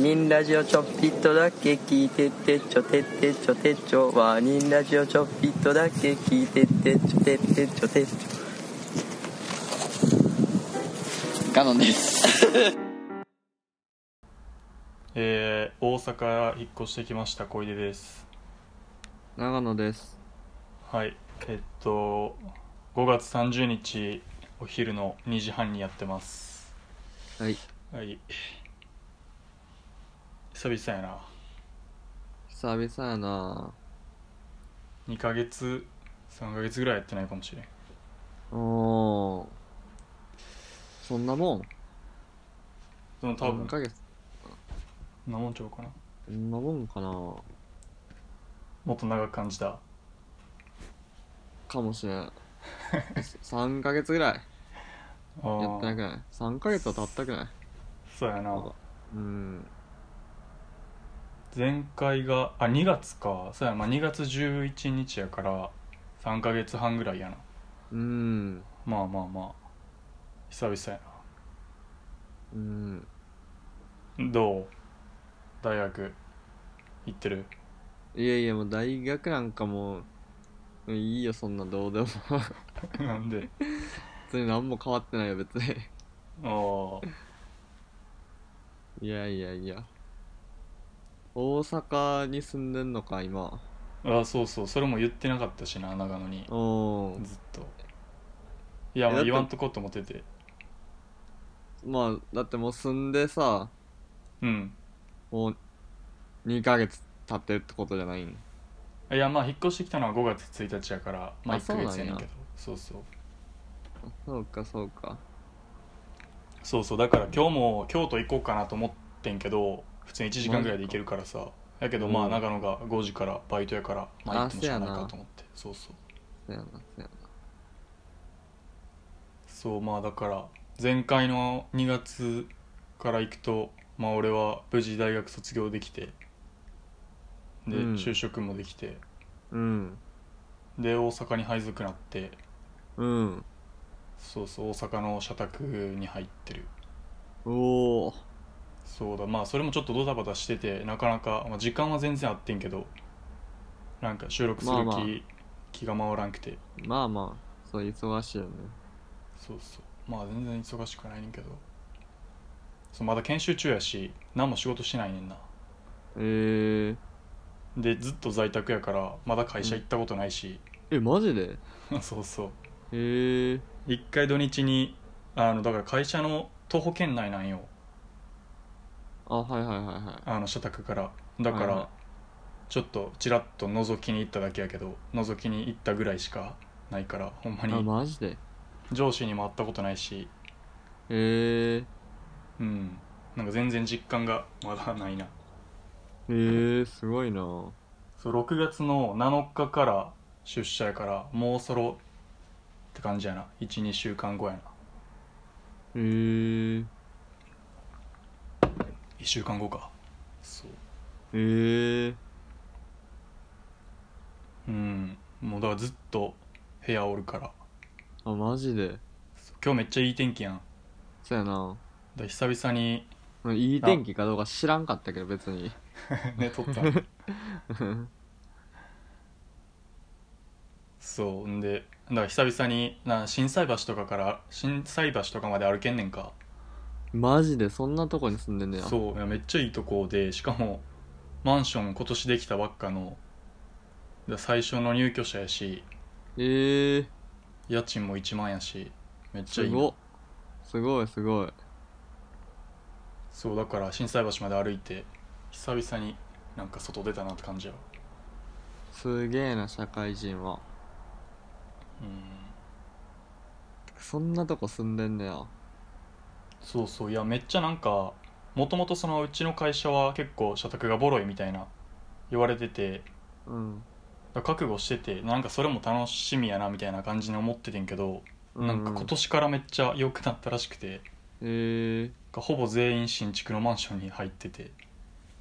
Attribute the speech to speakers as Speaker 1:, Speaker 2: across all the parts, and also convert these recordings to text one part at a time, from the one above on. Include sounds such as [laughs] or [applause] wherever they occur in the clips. Speaker 1: ニンラジオちょっぴっとだけ聞いてってちょてってちょてちょワニンラジオちょっぴっとだけ聞いてってちょてってちょてちょ
Speaker 2: ガノンです。
Speaker 3: えー、大阪引っ越してきました小出です
Speaker 4: 長野です
Speaker 3: はいえっと5月30日お昼の2時半にやってます
Speaker 4: はい
Speaker 3: はい久々やな
Speaker 4: 久々やな
Speaker 3: 2ヶ月3ヶ月ぐらいやってないかもしれん
Speaker 4: おーそんなもん
Speaker 3: その多分
Speaker 4: 何ヶ月
Speaker 3: そんなもんちゃうかな
Speaker 4: そんなもんかな
Speaker 3: もっと長く感じた
Speaker 4: かもしれん [laughs] 3ヶ月ぐらい
Speaker 3: あ
Speaker 4: やってなく
Speaker 3: ー
Speaker 4: ない3ヶ月は経ったくない
Speaker 3: そうやな
Speaker 4: うん
Speaker 3: 前回があ2月かそうやまあ2月11日やから3ヶ月半ぐらいやな
Speaker 4: うん
Speaker 3: まあまあまあ久々やな
Speaker 4: うん
Speaker 3: どう大学行って
Speaker 4: [laughs]
Speaker 3: る
Speaker 4: いやいやもう大学なんかもういいよそんなどうでも
Speaker 3: なんで
Speaker 4: 別に何も変わってないよ別に
Speaker 3: ああ
Speaker 4: いやいやいや大阪に住んでんのか今
Speaker 3: ああそうそうそれも言ってなかったしな長野に
Speaker 4: おー
Speaker 3: ずっといや
Speaker 4: え
Speaker 3: ま
Speaker 4: だっ
Speaker 3: あ
Speaker 4: て
Speaker 3: 言わんとこうと思ってて
Speaker 4: まあだってもう住んでさ
Speaker 3: うん
Speaker 4: もう2ヶ月経ってるってことじゃないん
Speaker 3: いやまあ引っ越してきたのは5月1日やからまあ
Speaker 4: あ
Speaker 3: 1
Speaker 4: そ
Speaker 3: ヶ月
Speaker 4: う
Speaker 3: や
Speaker 4: なんや
Speaker 3: ねんけどそうそう
Speaker 4: そうかそうか
Speaker 3: そうそうだから今日も京都行こうかなと思ってんけど普通に1時間ぐらいで行けるからさやけどま
Speaker 4: う
Speaker 3: あ
Speaker 4: ん
Speaker 3: 長野が5時からバイトやからまあ
Speaker 4: あ
Speaker 3: 行ってもしゃあない
Speaker 4: そうや
Speaker 3: か
Speaker 4: な
Speaker 3: と思ってそうそう
Speaker 4: そやなそや
Speaker 3: そうまあだから前回の2月から行くとまあ俺は無事大学卒業できてで、
Speaker 4: うん
Speaker 3: 就職もできて
Speaker 4: なうん
Speaker 3: で大阪に配属なって
Speaker 4: うん
Speaker 3: そうそう大阪の社宅に入ってる
Speaker 4: おお
Speaker 3: そうだまあそれもちょっとドタバタしててなかなか、まあ、時間は全然あってんけどなんか収録する気,、
Speaker 4: まあまあ
Speaker 3: 気が回らんくて
Speaker 4: まあまあそう忙しいよね
Speaker 3: そうそうまあ全然忙しくはないねんけどそうまだ研修中やし何も仕事してないねんな
Speaker 4: えー、
Speaker 3: でずっと在宅やからまだ会社行ったことないし、
Speaker 4: えマジで
Speaker 3: [laughs] そうそう
Speaker 4: えー、
Speaker 3: 一回土日にあのだから会社の徒歩圏内なんよ
Speaker 4: あはいはいはいは
Speaker 3: あの社宅からだか
Speaker 4: はいは
Speaker 3: らちょっとちらっと覗きに行っただけやけど覗きに行ったぐらいしかないからほんま
Speaker 4: いあ
Speaker 3: に
Speaker 4: マジで
Speaker 3: 上司にも会ったことないし
Speaker 4: えー、
Speaker 3: うんなんか全然実感がまだないな
Speaker 4: えー、すごいな
Speaker 3: そう6月の7日から出社やからもうそろって感じやな12週間後やな
Speaker 4: えー、
Speaker 3: 1週間後かそう
Speaker 4: えー、
Speaker 3: うんもうだからずっと部屋おるから
Speaker 4: あマジで
Speaker 3: 今日めっちゃいい天気やんだか
Speaker 4: そやな
Speaker 3: ら久々に
Speaker 4: いい天気かどうか知らんかったけど別に
Speaker 3: 寝とったそうんでだから久々にな心斎橋とかから心斎橋とかまで歩けんねんか
Speaker 4: マジでそんなとこに住んでんねや
Speaker 3: そういやめっちゃいいとこでしかもマンション今年できたばっかのだ最初の入居者やし
Speaker 4: ええー、
Speaker 3: 家賃も1万やしめっちゃ
Speaker 4: す
Speaker 3: いい
Speaker 4: ごっすごいすごい
Speaker 3: そうだから心斎橋まで歩いて久々になんか外出たなって感じやわ
Speaker 4: すげえな社会人は
Speaker 3: うん
Speaker 4: そんなとこ住んでんねや
Speaker 3: そうそういやめっちゃなんかもともとそのうちの会社は結構社宅がボロいみたいな言われてて
Speaker 4: うん
Speaker 3: だから覚悟しててなんかそれも楽しみやなみたいな感じに思っててんけど、なんか今年からめっちゃ良くなったらしくて
Speaker 4: うんえ
Speaker 3: がほぼ全員新築のマンションに入ってて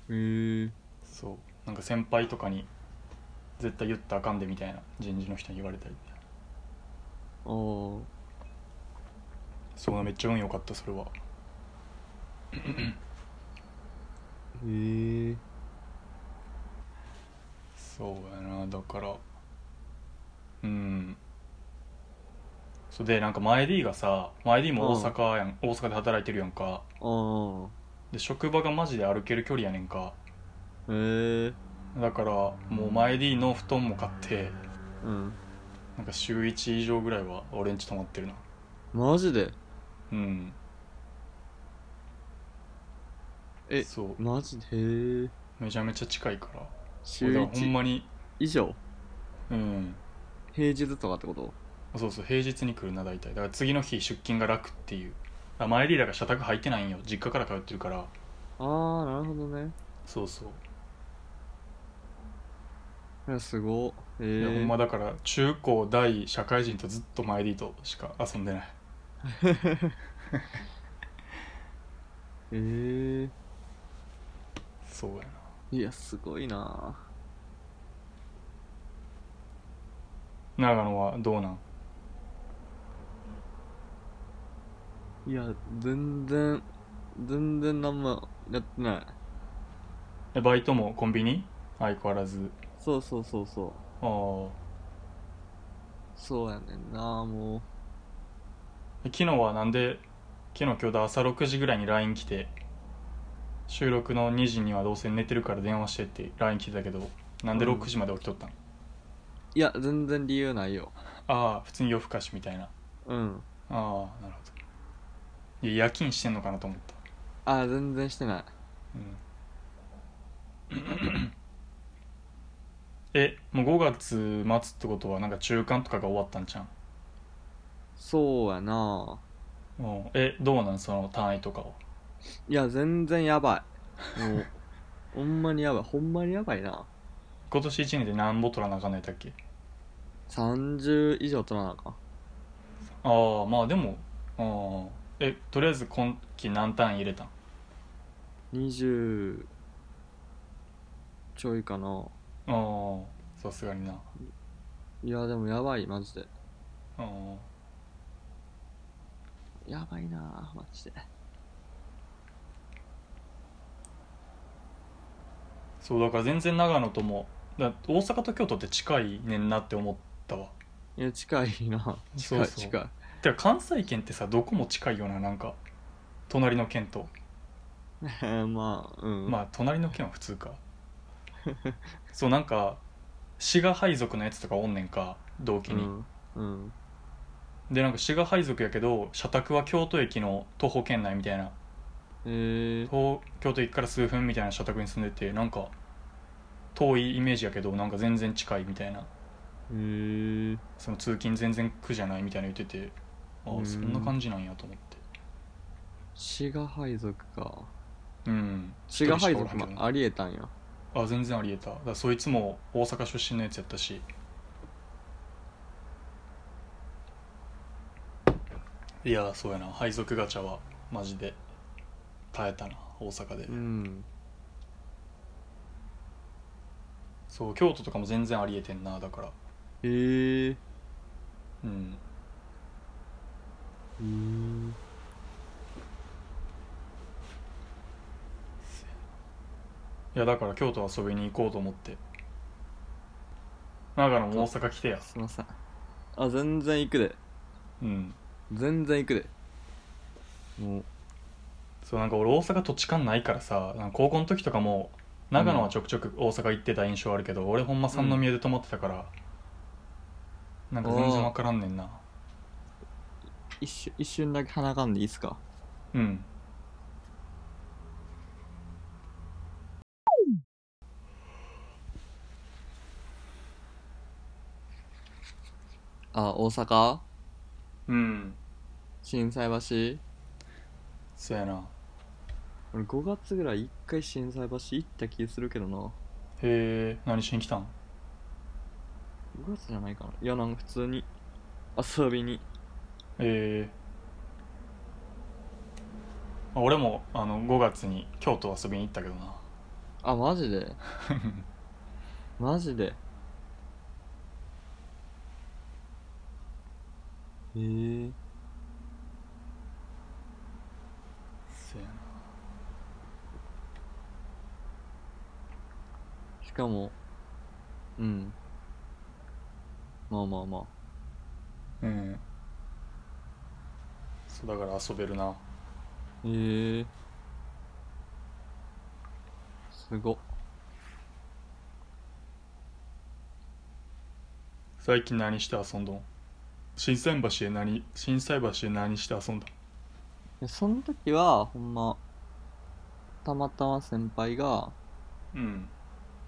Speaker 4: ー、えー、
Speaker 3: そうなんか先輩とかに絶対言ったらあかんでみたいな人事の人に言われたり
Speaker 4: あー
Speaker 3: そうめっちゃ運良かったそれはそうやなだからうんそれでなんか前 D がさ前 D も大阪やん、大阪で働いてるやんか
Speaker 4: あ
Speaker 3: で職場がマジで歩ける距離やねんか
Speaker 4: あへえ
Speaker 3: だからもう前 D の布団も買って
Speaker 4: うん
Speaker 3: なんか週1以上ぐらいは俺んち泊まってるな
Speaker 4: マジで
Speaker 3: うん
Speaker 4: え
Speaker 3: そう
Speaker 4: マジでへえ
Speaker 3: めちゃめちゃ近いから
Speaker 4: 週
Speaker 3: 俺だからほん
Speaker 4: 1
Speaker 3: まに
Speaker 4: 以上
Speaker 3: うん
Speaker 4: 平日とかってこと
Speaker 3: そうそう平日に来るな大体だから次の日出勤が楽っていうあ前リーダーが社宅入ってないんよ実家から通ってるから
Speaker 4: ああなるほどね
Speaker 3: そうそう、
Speaker 4: いやすごっえ
Speaker 3: いやほんま
Speaker 4: ー、
Speaker 3: だから中高大社会人とずっと前リーとしか遊んでない
Speaker 4: えー、
Speaker 3: そうやない
Speaker 4: やすごいな
Speaker 3: 長野はどうなん
Speaker 4: いや全然全然何もやってない
Speaker 3: えバイトもコンビニ相変わらず
Speaker 4: そうそうそうそう
Speaker 3: ああ
Speaker 4: そうやねんなもう
Speaker 3: え昨日はなんで昨日今日だ朝6時ぐらいに LINE 来て収録の2時にはどうせ寝てるから電話してって LINE 来てたけどなんで6時まで起きとったん、
Speaker 4: いや全然理由ないよ
Speaker 3: ああ普通に夜更かしみたいな
Speaker 4: うん
Speaker 3: ああなるほどいや夜勤してんのかなと思った、
Speaker 4: あ全然してない
Speaker 3: うん、えもう5月末ってことはなんか中間とかが終わったんじゃん
Speaker 4: そうやな
Speaker 3: うんえどうなんその単位とかを
Speaker 4: いや全然やばいもうほ
Speaker 3: [laughs]
Speaker 4: んまにやばいほんまにやばいな
Speaker 3: 今年1年で何ぼ取らなあかんのやったっけ
Speaker 4: 30以上取らなあかん
Speaker 3: ああまあでもああえとりあえず今期何単位入れたん
Speaker 4: 20ちょいかな
Speaker 3: ああさすがになあ
Speaker 4: いやでもやばいマジで
Speaker 3: あ
Speaker 4: やばいなマジで
Speaker 3: そうだから全然長野ともだ大阪と京都って近いねんなって思ったわ
Speaker 4: いや近いな
Speaker 3: そう
Speaker 4: 近い
Speaker 3: そう
Speaker 4: 近い
Speaker 3: てか関西圏ってさどこも近いよななんか隣の県と、
Speaker 4: [laughs] まあうん、
Speaker 3: まあ隣の県は普通か [laughs] そうなんか滋賀配属のやつとかおんねんか同期
Speaker 4: う
Speaker 3: に、
Speaker 4: ん、うん、
Speaker 3: でなんか滋賀配属やけど社宅は京都駅の徒歩圏内みたいな
Speaker 4: えー、
Speaker 3: 東京都駅から数分みたいな社宅に住んでてなんか遠いイメージやけどなんか全然近いみたいな
Speaker 4: えー、
Speaker 3: その通勤全然苦じゃないみたいな言っててあ
Speaker 4: う
Speaker 3: あ
Speaker 4: ん
Speaker 3: そんな感じなんやと思って
Speaker 4: 滋賀配属か
Speaker 3: うん
Speaker 4: 滋賀配
Speaker 3: 一人し
Speaker 4: 属
Speaker 3: かおらんけど
Speaker 4: もありえたんや
Speaker 3: あ全然ありえただからそいつも大阪出身のやつやったしいやそうやな配属ガチャはマジで耐えたな大阪で、
Speaker 4: うん
Speaker 3: そう京都とかも全然ありえてんなだから
Speaker 4: えー、
Speaker 3: うん
Speaker 4: うん
Speaker 3: いやだから京都遊びに行こうと思って長野も大阪来てや
Speaker 4: すいませんあ全然行くで
Speaker 3: うん
Speaker 4: 全然行くでもう
Speaker 3: そうなんか俺大阪土地勘ないからさなんか高校の時とかも長野はちょくちょく大阪行ってた印象あるけど、俺ほんま三宮で泊まってたから、なんか全然分からんねんな
Speaker 4: 一瞬一瞬だけ鼻かんでいいっすか
Speaker 3: うん
Speaker 4: あ大阪
Speaker 3: うん
Speaker 4: 心斎橋
Speaker 3: そうやなへ
Speaker 4: 俺5月ぐらい一回心斎橋行った気するけどな
Speaker 3: え何しに来たん
Speaker 4: 5月じゃないかないやなんか普通に遊びに
Speaker 3: えー、あ俺もあの5月に京都遊びに行ったけどな
Speaker 4: あマジでマジでえー、
Speaker 3: そうやな
Speaker 4: しかもうんまあまあまあ
Speaker 3: うんそうだから遊べるな
Speaker 4: えー、すごっ
Speaker 3: 最近何して遊んどん震災橋で何震災橋で何して遊んだ
Speaker 4: でその時はほんまたまたま先輩が
Speaker 3: うん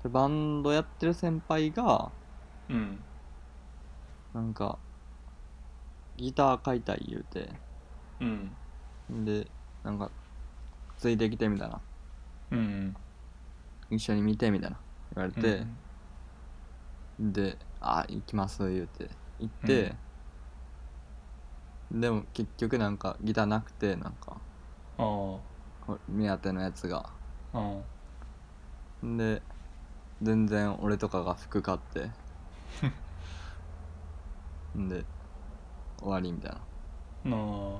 Speaker 4: でバンドやってる先輩が
Speaker 3: うん
Speaker 4: なんかギター買いたい言うて
Speaker 3: うん
Speaker 4: でなんかついてきてみたいな
Speaker 3: うん
Speaker 4: 一緒に見てみたいな言われて、で「あ行きます」言うて行って、でも結局なんかギターなくてなんか
Speaker 3: あ
Speaker 4: こ目当てのやつが
Speaker 3: あうん
Speaker 4: で全然俺とかが服買ってんで終わりみたいな
Speaker 3: なあ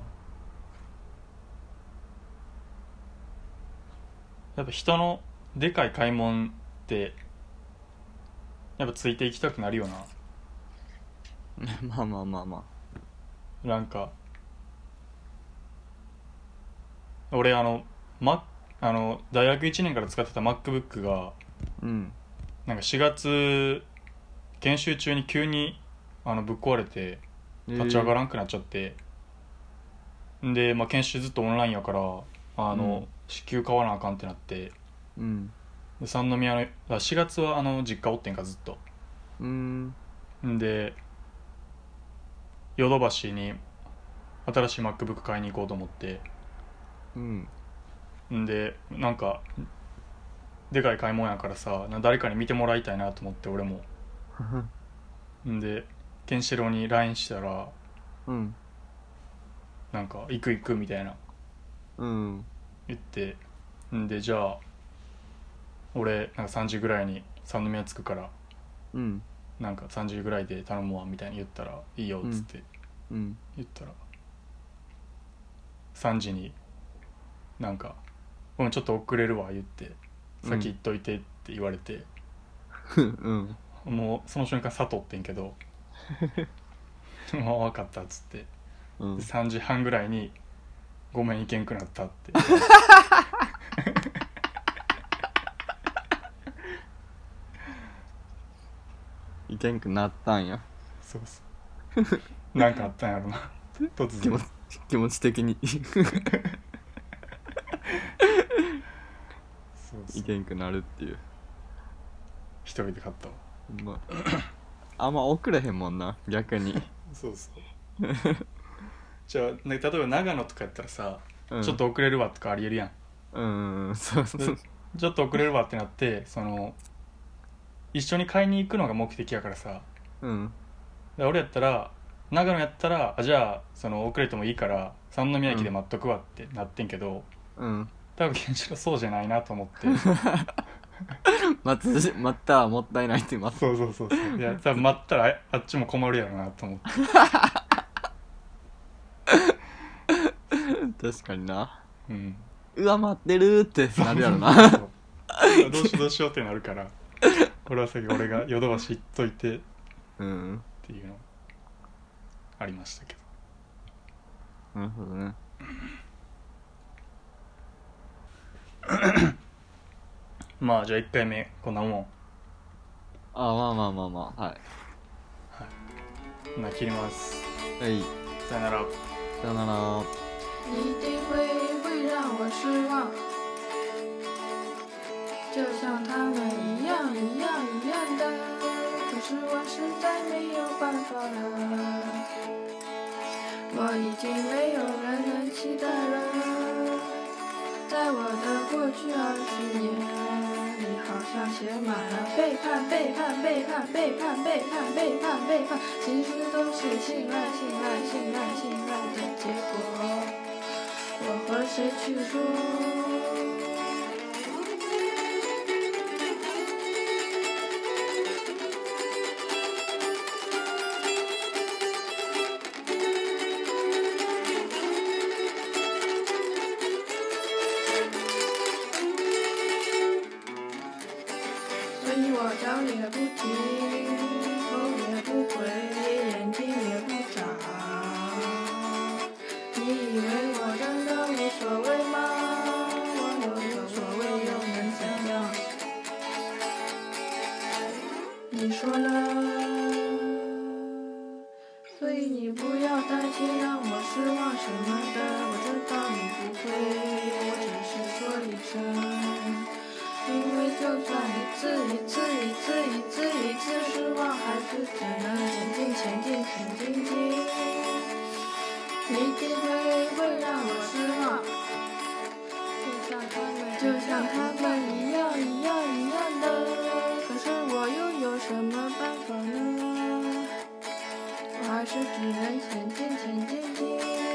Speaker 3: やっぱ人のでかい買い物ってやっぱついていきたくなるよな
Speaker 4: まあまあまあま
Speaker 3: なんか俺あの,、ま、あの大学1年から使ってた MacBook が
Speaker 4: あうん
Speaker 3: なんか4月研修中に急にあのぶっ壊れて立ち上がらんくなっちゃって、で、まあ、研修ずっとオンラインやからあの、
Speaker 4: うん
Speaker 3: 支給買わなあかんってなって
Speaker 4: えーうん
Speaker 3: で三宮のあ4月はあの実家おってんかずっと
Speaker 4: うーん
Speaker 3: んでヨドバシに新しい MacBook 買いに行こうと思って
Speaker 4: うん
Speaker 3: んでなんかでかい買い物やからさな誰かに見てもらいたいなと思って俺もんでケンシロウに LINE したら
Speaker 4: うん
Speaker 3: なんか「行く行く」みたいな
Speaker 4: うん
Speaker 3: 言ってんでじゃあ俺なんか3時ぐらいに三宮着くから
Speaker 4: うん
Speaker 3: なんか3時ぐらいで頼むわみたいに言ったら「いいよ」っつって
Speaker 4: うん
Speaker 3: 言ったら、3時になんか「ごめんちょっと遅れるわ」言って「
Speaker 4: うん
Speaker 3: 先行っといて」って言われて、
Speaker 4: うん
Speaker 3: もうその瞬間悟ってんけど「もう分かった」っつって
Speaker 4: うん
Speaker 3: で3時半ぐらいに「ごめん行けんくなった」って
Speaker 4: いけんくなったんや
Speaker 3: そうそうなんかあったんやろな突
Speaker 4: 気持
Speaker 3: 然
Speaker 4: ち気持ち的
Speaker 3: [laughs]
Speaker 4: に
Speaker 3: そうそう
Speaker 4: いけんくなるっていう
Speaker 3: 一人で買ったわ
Speaker 4: ほんまあんま遅れへんもんな逆に、
Speaker 3: そうそうじゃあ、ね、例えば長野とかやったらさ、
Speaker 4: うん、
Speaker 3: [laughs] ちょっと遅れるわとかありえるやん
Speaker 4: うんうんうんそうそうそう
Speaker 3: ちょっと遅れるわってなってその一緒に買いに行くのが目的やからさだか
Speaker 4: うん
Speaker 3: ら俺やったら長野やったらあじゃあその遅れてもいいから三宮駅で待っとくわってなってんけど、
Speaker 4: うん
Speaker 3: 多分ケンシロウそうじゃないなと思って
Speaker 4: 待つし待ったらもったいないって待つ
Speaker 3: [laughs] そうそうそうそういや多分待ったらああっちも困るやろなと思って
Speaker 4: 確かにな
Speaker 3: うん
Speaker 4: うわ待ってるーってなるやろ
Speaker 3: [laughs]
Speaker 4: な
Speaker 3: そうどうしようどうしようってなるから俺は先俺がヨドバシ行っといて
Speaker 4: うん
Speaker 3: っていうのありましたけど
Speaker 4: なるほどね
Speaker 3: まあじゃあ1回目こんなもん
Speaker 4: あまあまあまあまあは
Speaker 3: こんな切ります
Speaker 4: いはい
Speaker 3: さよなら
Speaker 4: さよなら
Speaker 5: 你的回忆会让我失望，就像他们一样一样一样的，可是我实在没有办法了，我已经没有人能期待了，在我的过去二十年。你好像写满了背叛，背叛，背叛，背叛，背叛，背叛，背叛，其实都是信赖，信赖，信赖，信赖的结果。我和谁去说？随以我找你也不停，头也不回，眼睛也不眨。你以为我真的无所谓吗？我有所谓又能怎样？你说呢？所以你不要担心让我失望什么的，我知道你不会，我只是说一声，因为就算一次一次一次一次一次失望，还是只能前进前进前进进，你一定会会让我失望。就像他们一样一样一样的，可是我又有什么办法呢？我还是只能前进前进进。